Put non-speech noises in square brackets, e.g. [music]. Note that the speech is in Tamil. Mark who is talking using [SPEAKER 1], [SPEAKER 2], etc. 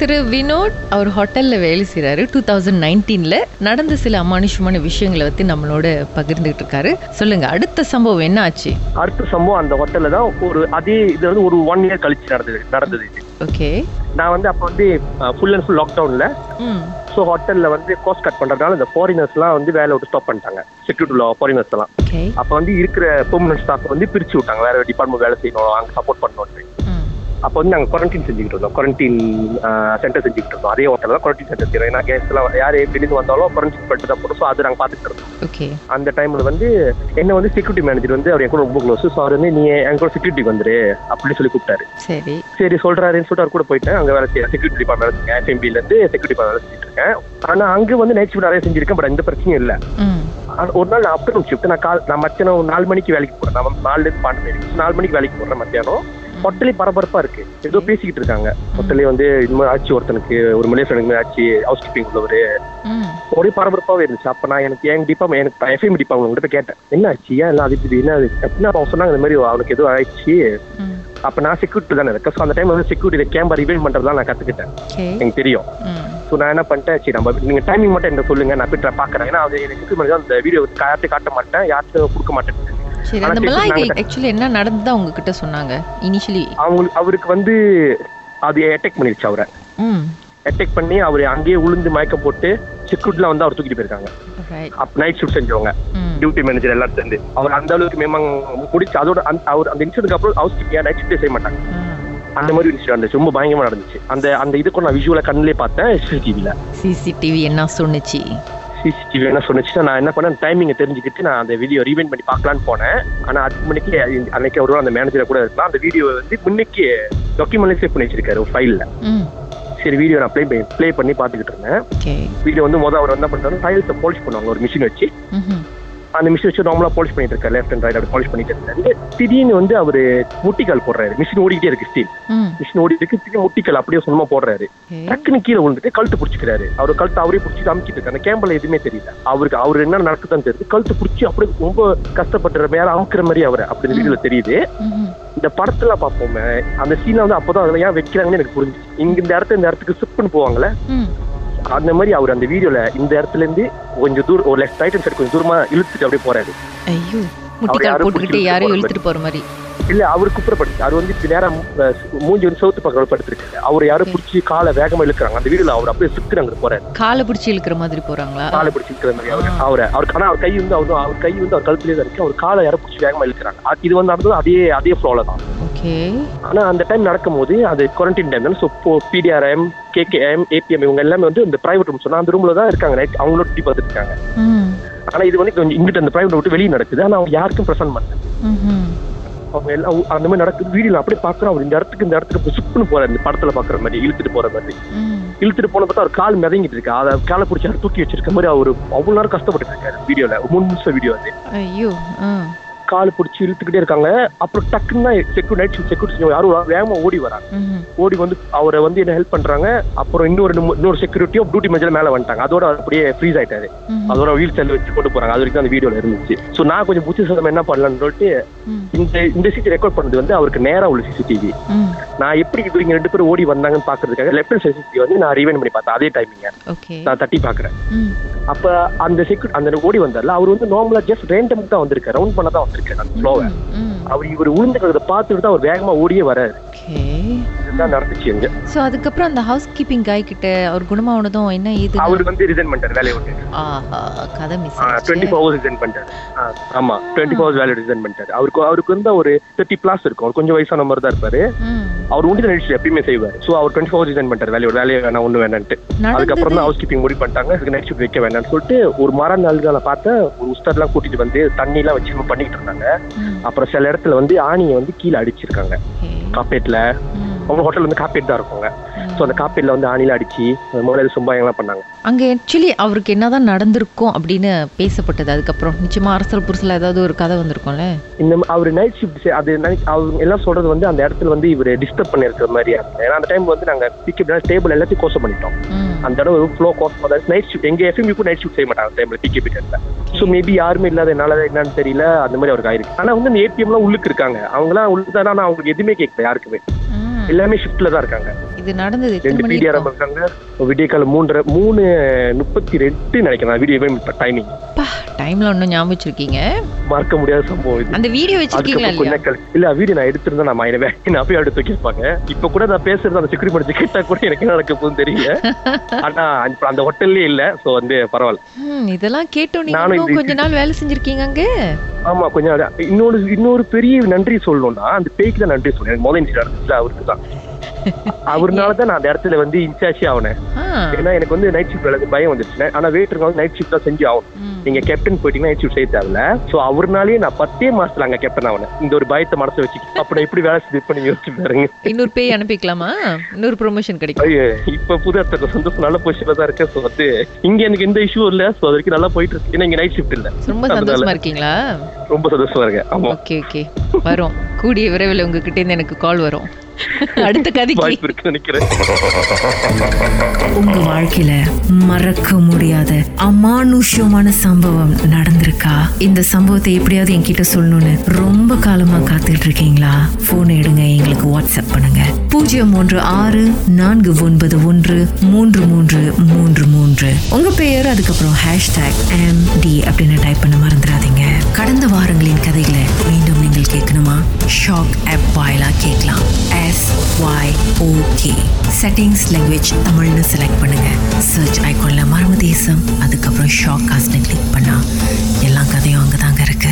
[SPEAKER 1] திரு வினோத் அவர் ஹோட்டலில் வேலை செய்கிறாரு டூ தௌசண்ட் நைன்டீனில் நடந்த சில அமானுஷமான விஷயங்களை பற்றி நம்மளோட பகிர்ந்துகிட்டு இருக்காரு சொல்லுங்க அடுத்த சம்பவம் என்ன ஆச்சு
[SPEAKER 2] அடுத்த சம்பவம் அந்த ஹோட்டல்ல தான் ஒரு அதே இது வந்து ஒரு ஒன் இயர் கழிச்சு நடந்தது நடந்தது இது
[SPEAKER 1] ஓகே
[SPEAKER 2] நான் வந்து அப்போ வந்து ஃபுல் அண்ட் ஃபுல் லாக்டவுன்ல
[SPEAKER 1] ம்
[SPEAKER 2] ஸோ ஹோட்டல்ல வந்து கோஸ்ட் கட் பண்றதுனால இந்த ஃபாரினர்ஸ்லாம் வந்து வேலை விட்டு ஸ்டாப் பண்ணிட்டாங்க செக்யூரிட்டி உள்ள ஃபாரினர்ஸ் எல்லாம்
[SPEAKER 1] ஓகே
[SPEAKER 2] அப்போ வந்து இருக்கிற பெர்மனன்ட் ஸ்டாஃப் வந்து பிரிச்சு விட்டாங்க வேற டிபார்ட்மெண்ட் வேலை செய்யணும் அங்கே சப்போர்ட் பண்ணணும்
[SPEAKER 1] ம்
[SPEAKER 2] அப்போ வந்து நாங்கள் குவாரண்டைன் செஞ்சுக்கிட்டு இருந்தோம் குவாரண்டைன் சென்டர் செஞ்சுக்கிட்டு இருந்தோம் அதே ஹோட்டல் தான் குவாரண்டைன் சென்டர் செய்யறோம் ஏன்னா guests எல்லாம் யார் வெளியில வந்தாலும் குவாரண்டைன் பண்ணிட்டு தான் போகிறோம் ஸோ அது நாங்கள் பார்த்துட்டு இருந்தோம்
[SPEAKER 1] ஓகே
[SPEAKER 2] அந்த டைம்ல வந்து என்ன வந்து செக்யூரிட்டி மேனேஜர் வந்து அவர் என் கூட ரொம்ப க்ளோஸ் ஸோ அவர் வந்து நீ என் கூட செக்யூரிட்டி வந்துரு அப்படின்னு சொல்லி கூப்பிட்டாரு
[SPEAKER 1] சரி
[SPEAKER 2] சரி சொல்றாருன்னு சொல்லிட்டு அவர் கூட போயிட்டேன் அங்கே வேலை செய்ய செக்யூரிட்டி டிபார்ட்மெண்ட் இருக்கேன் எஃப்எம்பில இருந்து செக்யூரிட்டி வேலை செஞ்சுட்டு இருக்கேன் ஆனா அங்க வந்து நைட் ஷிஃப்ட் நிறைய செஞ்சிருக்கேன் பட் எந்த பிரச்சனையும் இல்ல
[SPEAKER 1] ம்
[SPEAKER 2] ஆனா ஒரு நாள் நான் ஆஃப்டர்நூன் ஷிஃப்ட் நான் கால் நான் மத்தியானம் ஒரு நாலு மணிக்கு வேலைக்கு போறேன் நான் நாலுல இருந்து பன்னெண்டு மணிக்கு நாலு மணிக்கு வேலைக்கு போறேன் மத்தியானம் ஹோட்டலே பரபரப்பா இருக்கு ஏதோ பேசிக்கிட்டு இருக்காங்க ஹோட்டலே வந்து இது மாதிரி ஆச்சு ஒருத்தனுக்கு ஒரு மலேசியா எனக்கு ஆச்சு ஹவுஸ் கீப்பிங் உள்ளவர்
[SPEAKER 1] ம்
[SPEAKER 2] ஒரே பரபரப்பாகவே இருந்துச்சு அப்போ நான் எனக்கு என் டிபார்ட்மெண்ட் எனக்கு எஃப்எம் டிபார்ட்மெண்ட் கிட்ட கேட்டேன் என்ன ஆச்சு ஏன் எல்லாம் அது இது என்ன அது அப்படின்னா அவங்க சொன்னாங்க இந்த மாதிரி அவனுக்கு எதுவும் ஆயிடுச்சு
[SPEAKER 1] ம்
[SPEAKER 2] அப்போ நான் செக்யூரிட்டி தானே இருக்கேன் ஸோ அந்த டைம் வந்து செக்யூரிட்டி கேமரா ரிவைன் பண்ணுறதுலாம் நான் கற்றுக்கிட்டேன்
[SPEAKER 1] ஓகே
[SPEAKER 2] எனக்கு தெரியும்
[SPEAKER 1] ம்
[SPEAKER 2] ஸோ நான் என்ன பண்ணிட்டேன் சரி நம்ம நீங்கள் டைமிங் மட்டும் என்ன சொல்லுங்க நான் போய் பார்க்குறேன் ஏன்னா அது எனக்கு மட்டும் அந்த வீடியோ யார்ட்டையும் காட்ட மாட்டேன் யார்ட்டும் கொடுக்க மாட்டேன்
[SPEAKER 1] சரி
[SPEAKER 2] ஆனா
[SPEAKER 1] அந்த
[SPEAKER 2] திருப்பி
[SPEAKER 1] மலாய்கள்
[SPEAKER 2] நாங்க-
[SPEAKER 1] ஆக்சுவலி என்ன நடந்ததா உங்ககிட்ட சொன்னாங்க இனிஷியலி
[SPEAKER 2] அவங்களுக்கு அவருக்கு வந்து அது அட்டாக் பண்ணிடுச்சு அவரை
[SPEAKER 1] ம்
[SPEAKER 2] அட்டாக் பண்ணி அவர் அங்கேயே உளுந்து மயக்கம் போட்டு செக்யூரிட்டிலாம் வந்து அவர் தூக்கிட்டு போயிருக்காங்க
[SPEAKER 1] ரைட்
[SPEAKER 2] அப்போ நைட் ஷூட் செஞ்சவங்க
[SPEAKER 1] ம்
[SPEAKER 2] டியூட்டி மேனேஜர் எல்லாரும் சேர்ந்து அவர் அந்த அளவுக்கு மேமாங் முடிச்சு அதோட அந்த- அவர் அந்த இன்சிடென்ட் அப்புறம் ஹவுஸ் கீப்பிங் நைட் ஷிஃப்டே செய்ய மாட்டாங்க அந்த மாதிரி இன்சிடென்ட் இருந்துச்சு ரொம்ப பயங்கரமா நடந்துச்சு அந்த அந்த இது கூட நான் விஷுவலா கண்ணிலே பார்த்தேன் சிசிடிவில
[SPEAKER 1] சிசிடிவி என்ன சொன்னுச்சு
[SPEAKER 2] சிசிடிவி என்ன சொன்னிச்சு நான் என்ன பண்ணேன் டைமிங்கை தெரிஞ்சுக்கிட்டு நான் அந்த வீடியோ ரீவைண்ட் பண்ணி பார்க்கலான்னு போனேன் ஆனா அதுக்கு முன்னிக்கு அன்னைக்கு ஒரு அந்த மேனேஜர் கூட இருக்கலாம் அந்த வீடியோ வந்து முன்னிக்கு டாக்குமெண்ட்ல சேவ் பண்ணி வச்சிருக்காரு ஒரு ஃபைல்ல
[SPEAKER 1] ம்
[SPEAKER 2] சரி வீடியோ நான் ப்ளே ப்ளே பண்ணி பார்த்துக்கிட்டு இருந்தேன்
[SPEAKER 1] ஓகே
[SPEAKER 2] வீடியோ வந்து மொதல் அவர் என்ன பண்ணுறாரு ஃபைல்ஸை போலிஷ் பண்ணுவாங்க ஒரு மிஷின் வச்சு
[SPEAKER 1] ம்
[SPEAKER 2] அந்த மிஷின் வச்சு நார்மலாக பாலிஷ் பண்ணிட்டு இருக்காரு லெஃப்ட் அண்ட் ரைட் அப்படி பாலிஷ் பண்ணிட்டு இருக்காரு திடீர்னு வந்து அவர் முட்டிக்கால் போடுறாரு மிஷின் ஓடிக்கிட்டே இருக்கு ஸ்டீல்
[SPEAKER 1] ம்
[SPEAKER 2] மிஷின் ஓடிட்டு இருக்கு திடீர்னு முட்டிக்கால் அப்படியே சும்மா போடுறாரு
[SPEAKER 1] ஓகே
[SPEAKER 2] டக்குன்னு கீழே விழுந்துட்டு கழுத்து பிடிச்சிக்கிறாரு அவர் கழுத்து அவரே பிடிச்சி அமுக்கிட்டு இருக்காரு அந்த கேம்பில் எதுவுமே தெரியல அவருக்கு அவர் என்ன நடக்குதுன்னு தெரியுது கழுத்து பிடிச்சி அப்படியே ரொம்ப கஷ்டப்படுற மேல அமுக்கிற மாதிரி அவர் அப்படி வீடியோல தெரியுது
[SPEAKER 1] ம்
[SPEAKER 2] இந்த படத்துல பார்ப்போமே அந்த சீனை வந்து அப்பதான் அதில் ஏன் வைக்கிறாங்கன்னு எனக்கு புரிஞ்சு இங்க இந்த இடத்துல இந்த இடத்துக்கு சிப்னு போவாங்கல்ல
[SPEAKER 1] ம்
[SPEAKER 2] அந்த மாதிரி அவர் அந்த வீடியோல இந்த இடத்துல இருந்து கொஞ்சம் தூரம் ஒரு லெஃப்ட் ரைட் சைடு கொஞ்சம் தூரமா இழுத்துட்டு அப்படியே போறாரு
[SPEAKER 1] ஐயோ முட்டிக்கால்
[SPEAKER 2] யாரோ
[SPEAKER 1] போட்டுக்கிட்டு
[SPEAKER 2] பிடிச்சிட்டு
[SPEAKER 1] யாரையும்
[SPEAKER 2] போற
[SPEAKER 1] இழுத்துட்டு போற மாதிரி
[SPEAKER 2] இல்ல அவர் குப்புறப்படுத்து அவர் வந்து இப்படி நேரா அஹ், மூஞ்சி வந்து சவுத்து பக்கம் படுத்திருக்காரு அவர் யாரும் பிடிச்சி காலை வேகமா இழுக்கிறாங்க அந்த வீடுல அவர் அப்படியே சுத்துறாங்க போறாரு
[SPEAKER 1] காலை பிடிச்சி இழுக்கிற மாதிரி போறாங்களா
[SPEAKER 2] காலை பிடிச்சி இழுக்கிற மாதிரி அவரு
[SPEAKER 1] ஆ.
[SPEAKER 2] அவரை அவர் ஆனா அவர் கை வந்து அவர் அவர் கை வந்து அவர் கழுத்துலயே தான் இருக்கு அவர் காலை யாரும் பிடிச்சி வேகமா இழுக்கிறாங்க அது- இது வந்து நடந்தது அதே அதே ஃப்ளோல தான்
[SPEAKER 1] ஓகே
[SPEAKER 2] ஆனா அந்த டைம் நடக்கும்போது அது குவாரண்டைன் டைம் தானே ஸோ பிடிஆர்எம் கேகேஎம் ஏபிஎம் இவங்க எல்லாமே வந்து இந்த பிரைவேட் ரூம் சொன்னா அந்த ரூம்ல தான் இருக்காங்க ரைட் அவங்களோட டீ பார்த்துட்டு இருக்காங்க
[SPEAKER 1] ம்
[SPEAKER 2] ஆனா இது வந்து கொஞ்சம் இங்கிட்ட அந்த பிரைவேட் விட்டு வெளியே நடக்குது ஆனா அவர் யாருக்கும் பிரசன்ட் பண்ணல
[SPEAKER 1] ம்ஹும்.
[SPEAKER 2] அவங்க எல்லாம் ஊ- அந்த மாதிரி நடக்குது வீடியோல அப்படியே பாக்குறோம் அவர் இந்த இடத்துக்கு இந்த இடத்துக்கு இப்ப சுப்புன்னு போறாரு இந்த படத்துல பாக்குற மாதிரி இழுத்துட்டு போற மாதிரி
[SPEAKER 1] ம்
[SPEAKER 2] இழுத்துட்டு போன பார்த்தா அவர் கால் மிதங்கிட்டு இருக்கு அதை காலை பிடிச்சி அவர் தூக்கி வச்சிருக்க மாதிரி அவர் அவ்வளவு நேரம் கஷ்டப்பட்டு இருக்காரு வீடியோல மூணு நிமிஷம் வீடியோ அது
[SPEAKER 1] ஐயோ ஆ
[SPEAKER 2] கால் பிடிச்சி இழுத்துக்கிட்டே இருக்காங்க அப்புறம் டக்குன்னு தான் செக்யூரிட்டி செக்யூரிட்டி யாரும் வா- வேகமா ஓடி வராங்க
[SPEAKER 1] ம்ஹும்.
[SPEAKER 2] ஓடி வந்து அவரை வந்து என்ன ஹெல்ப் பண்றாங்க அப்புறம் இன்னொரு நிமு- இன்னொரு செக்யூரிட்டியோ டியூட்டி மேஜர் மேல வந்துட்டாங்க அதோட அவர் அப்படியே ஃப்ரீஸ் ஆயிட்டாரு
[SPEAKER 1] ம்ஹும்.
[SPEAKER 2] அதோட வீல் செல் வச்சு கொண்டு போறாங்க அது வரைக்கும் அந்த வீடியோல இருந்துச்சு ஸோ நான் கொஞ்சம் புத்திசாலம் என்ன பண்ணலாம்னு சொல்லிட்டு
[SPEAKER 1] ம்.
[SPEAKER 2] இந்த இந்த சிசி ரெக்கார்ட் பண்ணது வந்து அவருக்கு நேரா உள்ள சிசிடிவி
[SPEAKER 1] ம்
[SPEAKER 2] நான் எப்படி இது இவங்க ரெண்டு பேரும் ஓடி வந்தாங்கன்னு பாக்குறதுக்காக லெஃப்ட் ஹண்ட் சிசிடிவி வந்து நான் ரிவைன் பண்ணி பார்த்தேன் அதே டைமிங்க
[SPEAKER 1] ஓகே
[SPEAKER 2] நான் தட்டி பாக்குறேன்
[SPEAKER 1] ம்
[SPEAKER 2] அப்ப அந்த செக்யூர் அந்த ஓடி வந்தால அவர் வந்து நார்மலா ஜஸ்ட் ரேண்டம் தான் வந்திருக்காரு ரவுண்ட் பண்ண தான் வந்திருக்காரு அந்த ஃப்ளோவை
[SPEAKER 1] ம், ம்.
[SPEAKER 2] அவர் இவர் உளுந்துக்கிறத பார்த்துட்டு தான் அவர் வேகமா ஓடியே வராரு
[SPEAKER 1] ஓகே
[SPEAKER 2] இதுதான் நடந்துச்சு எங்க
[SPEAKER 1] சோ அதுக்கப்புறம் அந்த ஹவுஸ் கீப்பிங் காய் கிட்ட அவர் குணமானதும் என்ன இது
[SPEAKER 2] அவர் வந்து ரிசைன் பண்ணிட்டாரு வேலையை விட்டு
[SPEAKER 1] ஆஹா கதை மிஸ்
[SPEAKER 2] டுவெண்ட்டி ஃபோர் ஹவர்ஸ் ரிசைன் பண்ணிட்டாரு ஆ, ஆமா டுவெண்ட்டி ஃபோர் ஹவர்ஸ் வேலையை ரிசைன் பண்ணிட்டாரு அவருக்கு அவருக்கு வந்து ஒரு தேர்ட்டி பிளாஸ் இருக்கும் அவர் கொஞ்சம் வயசான மாதிரி தான் இருப்பாரு
[SPEAKER 1] ம்
[SPEAKER 2] அவர் ஒன்று நினைச்சு எப்பயுமே செய்வார் ஸோ அவர் டுவெண்ட்டி ஃபோர் ரிசைன் பண்ணிட்டாரு வேலையோட வேலையை வேணாம் ஒன்று வேணான்ட்டு அதுக்கப்புறம் தான்
[SPEAKER 1] நடந்தது
[SPEAKER 2] ஹவுஸ் கீப்பிங் முடி பண்ணிட்டாங்க அதுக்கு நெக்ஸ்ட் ஷிஃப்ட் வைக்க வேணாம்னு சொல்லிட்டு ஒரு மர நாள்களை பார்த்தா ஒரு உஸ்தாத்லாம் கூட்டிட்டு வந்து தண்ணிலாம் வச்சு என்னமோ பண்ணிட்டு இருந்தாங்க
[SPEAKER 1] ம்,
[SPEAKER 2] அப்புறம் சில இடத்துல வந்து ஆணியை வந்து கீழே அடிச்சிருக்காங்க
[SPEAKER 1] okay.
[SPEAKER 2] காப்பேட்ல
[SPEAKER 1] ம்,
[SPEAKER 2] அவங்க ஹோட்டல் வந்து காப்பேட் தான் இருக்குங்க
[SPEAKER 1] ம்.
[SPEAKER 2] ஸோ அந்த காப்பேட்ல வந்து ஆணியில அடிச்சு அது முதல்ல சும்பாயங்களாம் பண்ணாங்க
[SPEAKER 1] அங்க ஆக்சுவலி அவருக்கு என்னதான் நடந்திருக்கும் அப்படின்னு பேசப்பட்டது அதுக்கப்புறம் நிச்சயமா அரசல் புரிசல் ஏதாவது ஒரு கதை வந்திருக்கும்ல
[SPEAKER 2] இந்த ம- அவர் நைட் ஷிஃப்ட் அது night- அவங்க எல்லாம் சொல்றது வந்து அந்த இடத்துல வந்து இவர் டிஸ்டர்ப் பண்ணி இருக்கிற மாதிரியா இருக்கு ஏன்னா அந்த டைம் வந்து நாங்க பிக்கப் டேபிள் எல்லாத்தையும் கோசம் பண்ணிட்டோம்
[SPEAKER 1] ம்,
[SPEAKER 2] அந்த இடம் ஒரு ஃப்ளோ கோசம் நைட் ஷிஃப்ட் எங்க எஃப்எம்யூக்கும் நைட் ஷிஃப்ட் செய்ய மாட்டாங்க டைம்ல பிக்கப் டைம்ல
[SPEAKER 1] okay.
[SPEAKER 2] ஸோ மேபி யாருமே இல்லாத என்னால என்னன்னு தெரியல அந்த மாதிரி அவருக்கு ஆயிருக்கு ஆனா வந்து இந்த ஏபிஎம்லாம் உள்ளுக்கு இருக்காங்க அவங்கலாம் உள்ளுக்கு தான் ஆனா அவங்களுக்கு எதுவுமே கேட்கல யாருக்குமே
[SPEAKER 1] ம்,
[SPEAKER 2] எல்லாமே ஷிஃப்ட்ல தான் இருக்காங்க
[SPEAKER 1] இது நடந்தது எத்தனை
[SPEAKER 2] ரெண்டு
[SPEAKER 1] மணி
[SPEAKER 2] பிடிஆர்
[SPEAKER 1] இருக்கும்?
[SPEAKER 2] இருக்காங்க விடிய கால மூன்றரை மூணு முப்பத்தி ரெண்டு நினைக்கிறேன் நான் வீடியோ டைமிங்
[SPEAKER 1] அப்பா டைம்ல ஒன்றும் ஞாபகம் வச்சிருக்கீங்க
[SPEAKER 2] மறக்க முடியாத சம்பவம் இது
[SPEAKER 1] அந்த வீடியோ வச்சிருக்கீங்களா
[SPEAKER 2] அதுக்கப்புறம்
[SPEAKER 1] இல்லையா
[SPEAKER 2] கொஞ்சம் கழி- இல்ல வீடியோ நான் எடுத்திருந்தா நான் மைன வேலை [laughs] நான் போய் எடுத்து வச்சிருப்பாங்க இப்ப கூட நான் பேசுறது அந்த செக்யூரிட்டி படிச்சு கேட்டா கூட எனக்கு என்ன நடக்க போகுதுன்னு தெரியல ஆனா இப்ப அந்த ஹோட்டல்லே இல்ல சோ வந்து பரவாயில்ல
[SPEAKER 1] ஹம், இதெல்லாம் கேட்டோம் நீங்க
[SPEAKER 2] நானும்
[SPEAKER 1] இன்னும்
[SPEAKER 2] இப்படி-
[SPEAKER 1] கொஞ்ச நாள் வேலை செஞ்சிருக்கீங்க அங்க
[SPEAKER 2] ஆமா கொஞ்சம் அது- இன்னொரு இன்னொரு பெரிய நன்றி சொல்லணும்னா அந்த பேய்க்கு தான் நன்றி சொல்லணும் எனக்கு முதல் இன்சிடென்ட் அவருக்கு தான் அவருனால தான் நான் அந்த இடத்துல வந்து இன்சார்ஜே ஆனேன்
[SPEAKER 1] ஆ,
[SPEAKER 2] ஏன்னா எனக்கு வந்து நைட் ஷிஃப்ட் வேலை பயம் வந்துருச்சு ஆனா வெயிட்டர் வந்து நைட் ஷிஃப்ட் தான் செஞ்சு ஆகணும்
[SPEAKER 1] ம்.
[SPEAKER 2] நீங்க கேப்டன் போயிட்டீங்கன்னா நைட் ஷிஃப்ட் செய்ய தேவையில்ல சோ அவர்னாலேயே நான் பத்தே மாசத்துல அங்க கேப்டன் ஆகணும் இந்த ஒரு பயத்தை மனசு வச்சு அப்புறம் எப்படி வேலை செஞ்சு பண்ணி யோசிச்சு பாருங்க
[SPEAKER 1] இன்னொரு பேய் அனுப்பிக்கலாமா இன்னொரு ப்ரொமோஷன் கிடைக்கும்
[SPEAKER 2] ஐயோ, இப்ப புது அத்தனை சந்தோஷம் நல்ல பொசிஷன்ல தான் இருக்கேன் ஸோ வந்து இங்க எனக்கு எந்த இஷ்யூ இல்ல ஸோ அது வரைக்கும் நல்லா போயிட்டு இருக்கு ஏன்னா இங்க நைட் ஷிஃப்ட் இல்ல
[SPEAKER 1] ரொம்ப
[SPEAKER 2] அதனால.
[SPEAKER 1] சந்தோஷமா இருக்கீங்களா
[SPEAKER 2] ரொம்ப சந்தோஷமா இருக்கேன் ஆமா
[SPEAKER 1] ஓகே ஓகே வரும் கூடிய விரைவில் உங்ககிட்ட இருந்து எனக்கு கால் வரும் அடுத்த கதைக்கு
[SPEAKER 2] வாய்ப்பு இருக்குன்னு நினைக்கிறேன்
[SPEAKER 3] உங்க வாழ்க்கையில மறக்க முடியாத அமானுஷ்யமான சம்பவம் நடந்திருக்கா இந்த சம்பவத்தை எப்படியாவது என்கிட்ட சொல்லணும்னு ரொம்ப காலமா காத்துட்டு இருக்கீங்களா போன் எடுங்க எங்களுக்கு வாட்ஸ்அப் பண்ணுங்க பூஜ்ஜியம் மூன்று ஆறு நான்கு ஒன்பது ஒன்று மூன்று மூன்று மூன்று மூன்று உங்க பெயர் அதுக்கப்புறம் ஹேஷ்டாக் எம் டி அப்படின்னு டைப் பண்ண மறந்துடாதீங்க கடந்த வாரங்களின் கதைகளை மீண்டும் நீங்கள் கேட்கணுமா ஷாக் ஆப் வாயிலா கேட்கலாம் S Y okay settings language தமிழ்னு செலக்ட் பண்ணுங்க சர்ச் ஐகான்ல மர்ம தேசம் அதுக்கப்புறம் ஷாக் காஸ்ட்னு கிளிக் பண்ணா எல்லா கதையும் அங்கே தாங்க இருக்கு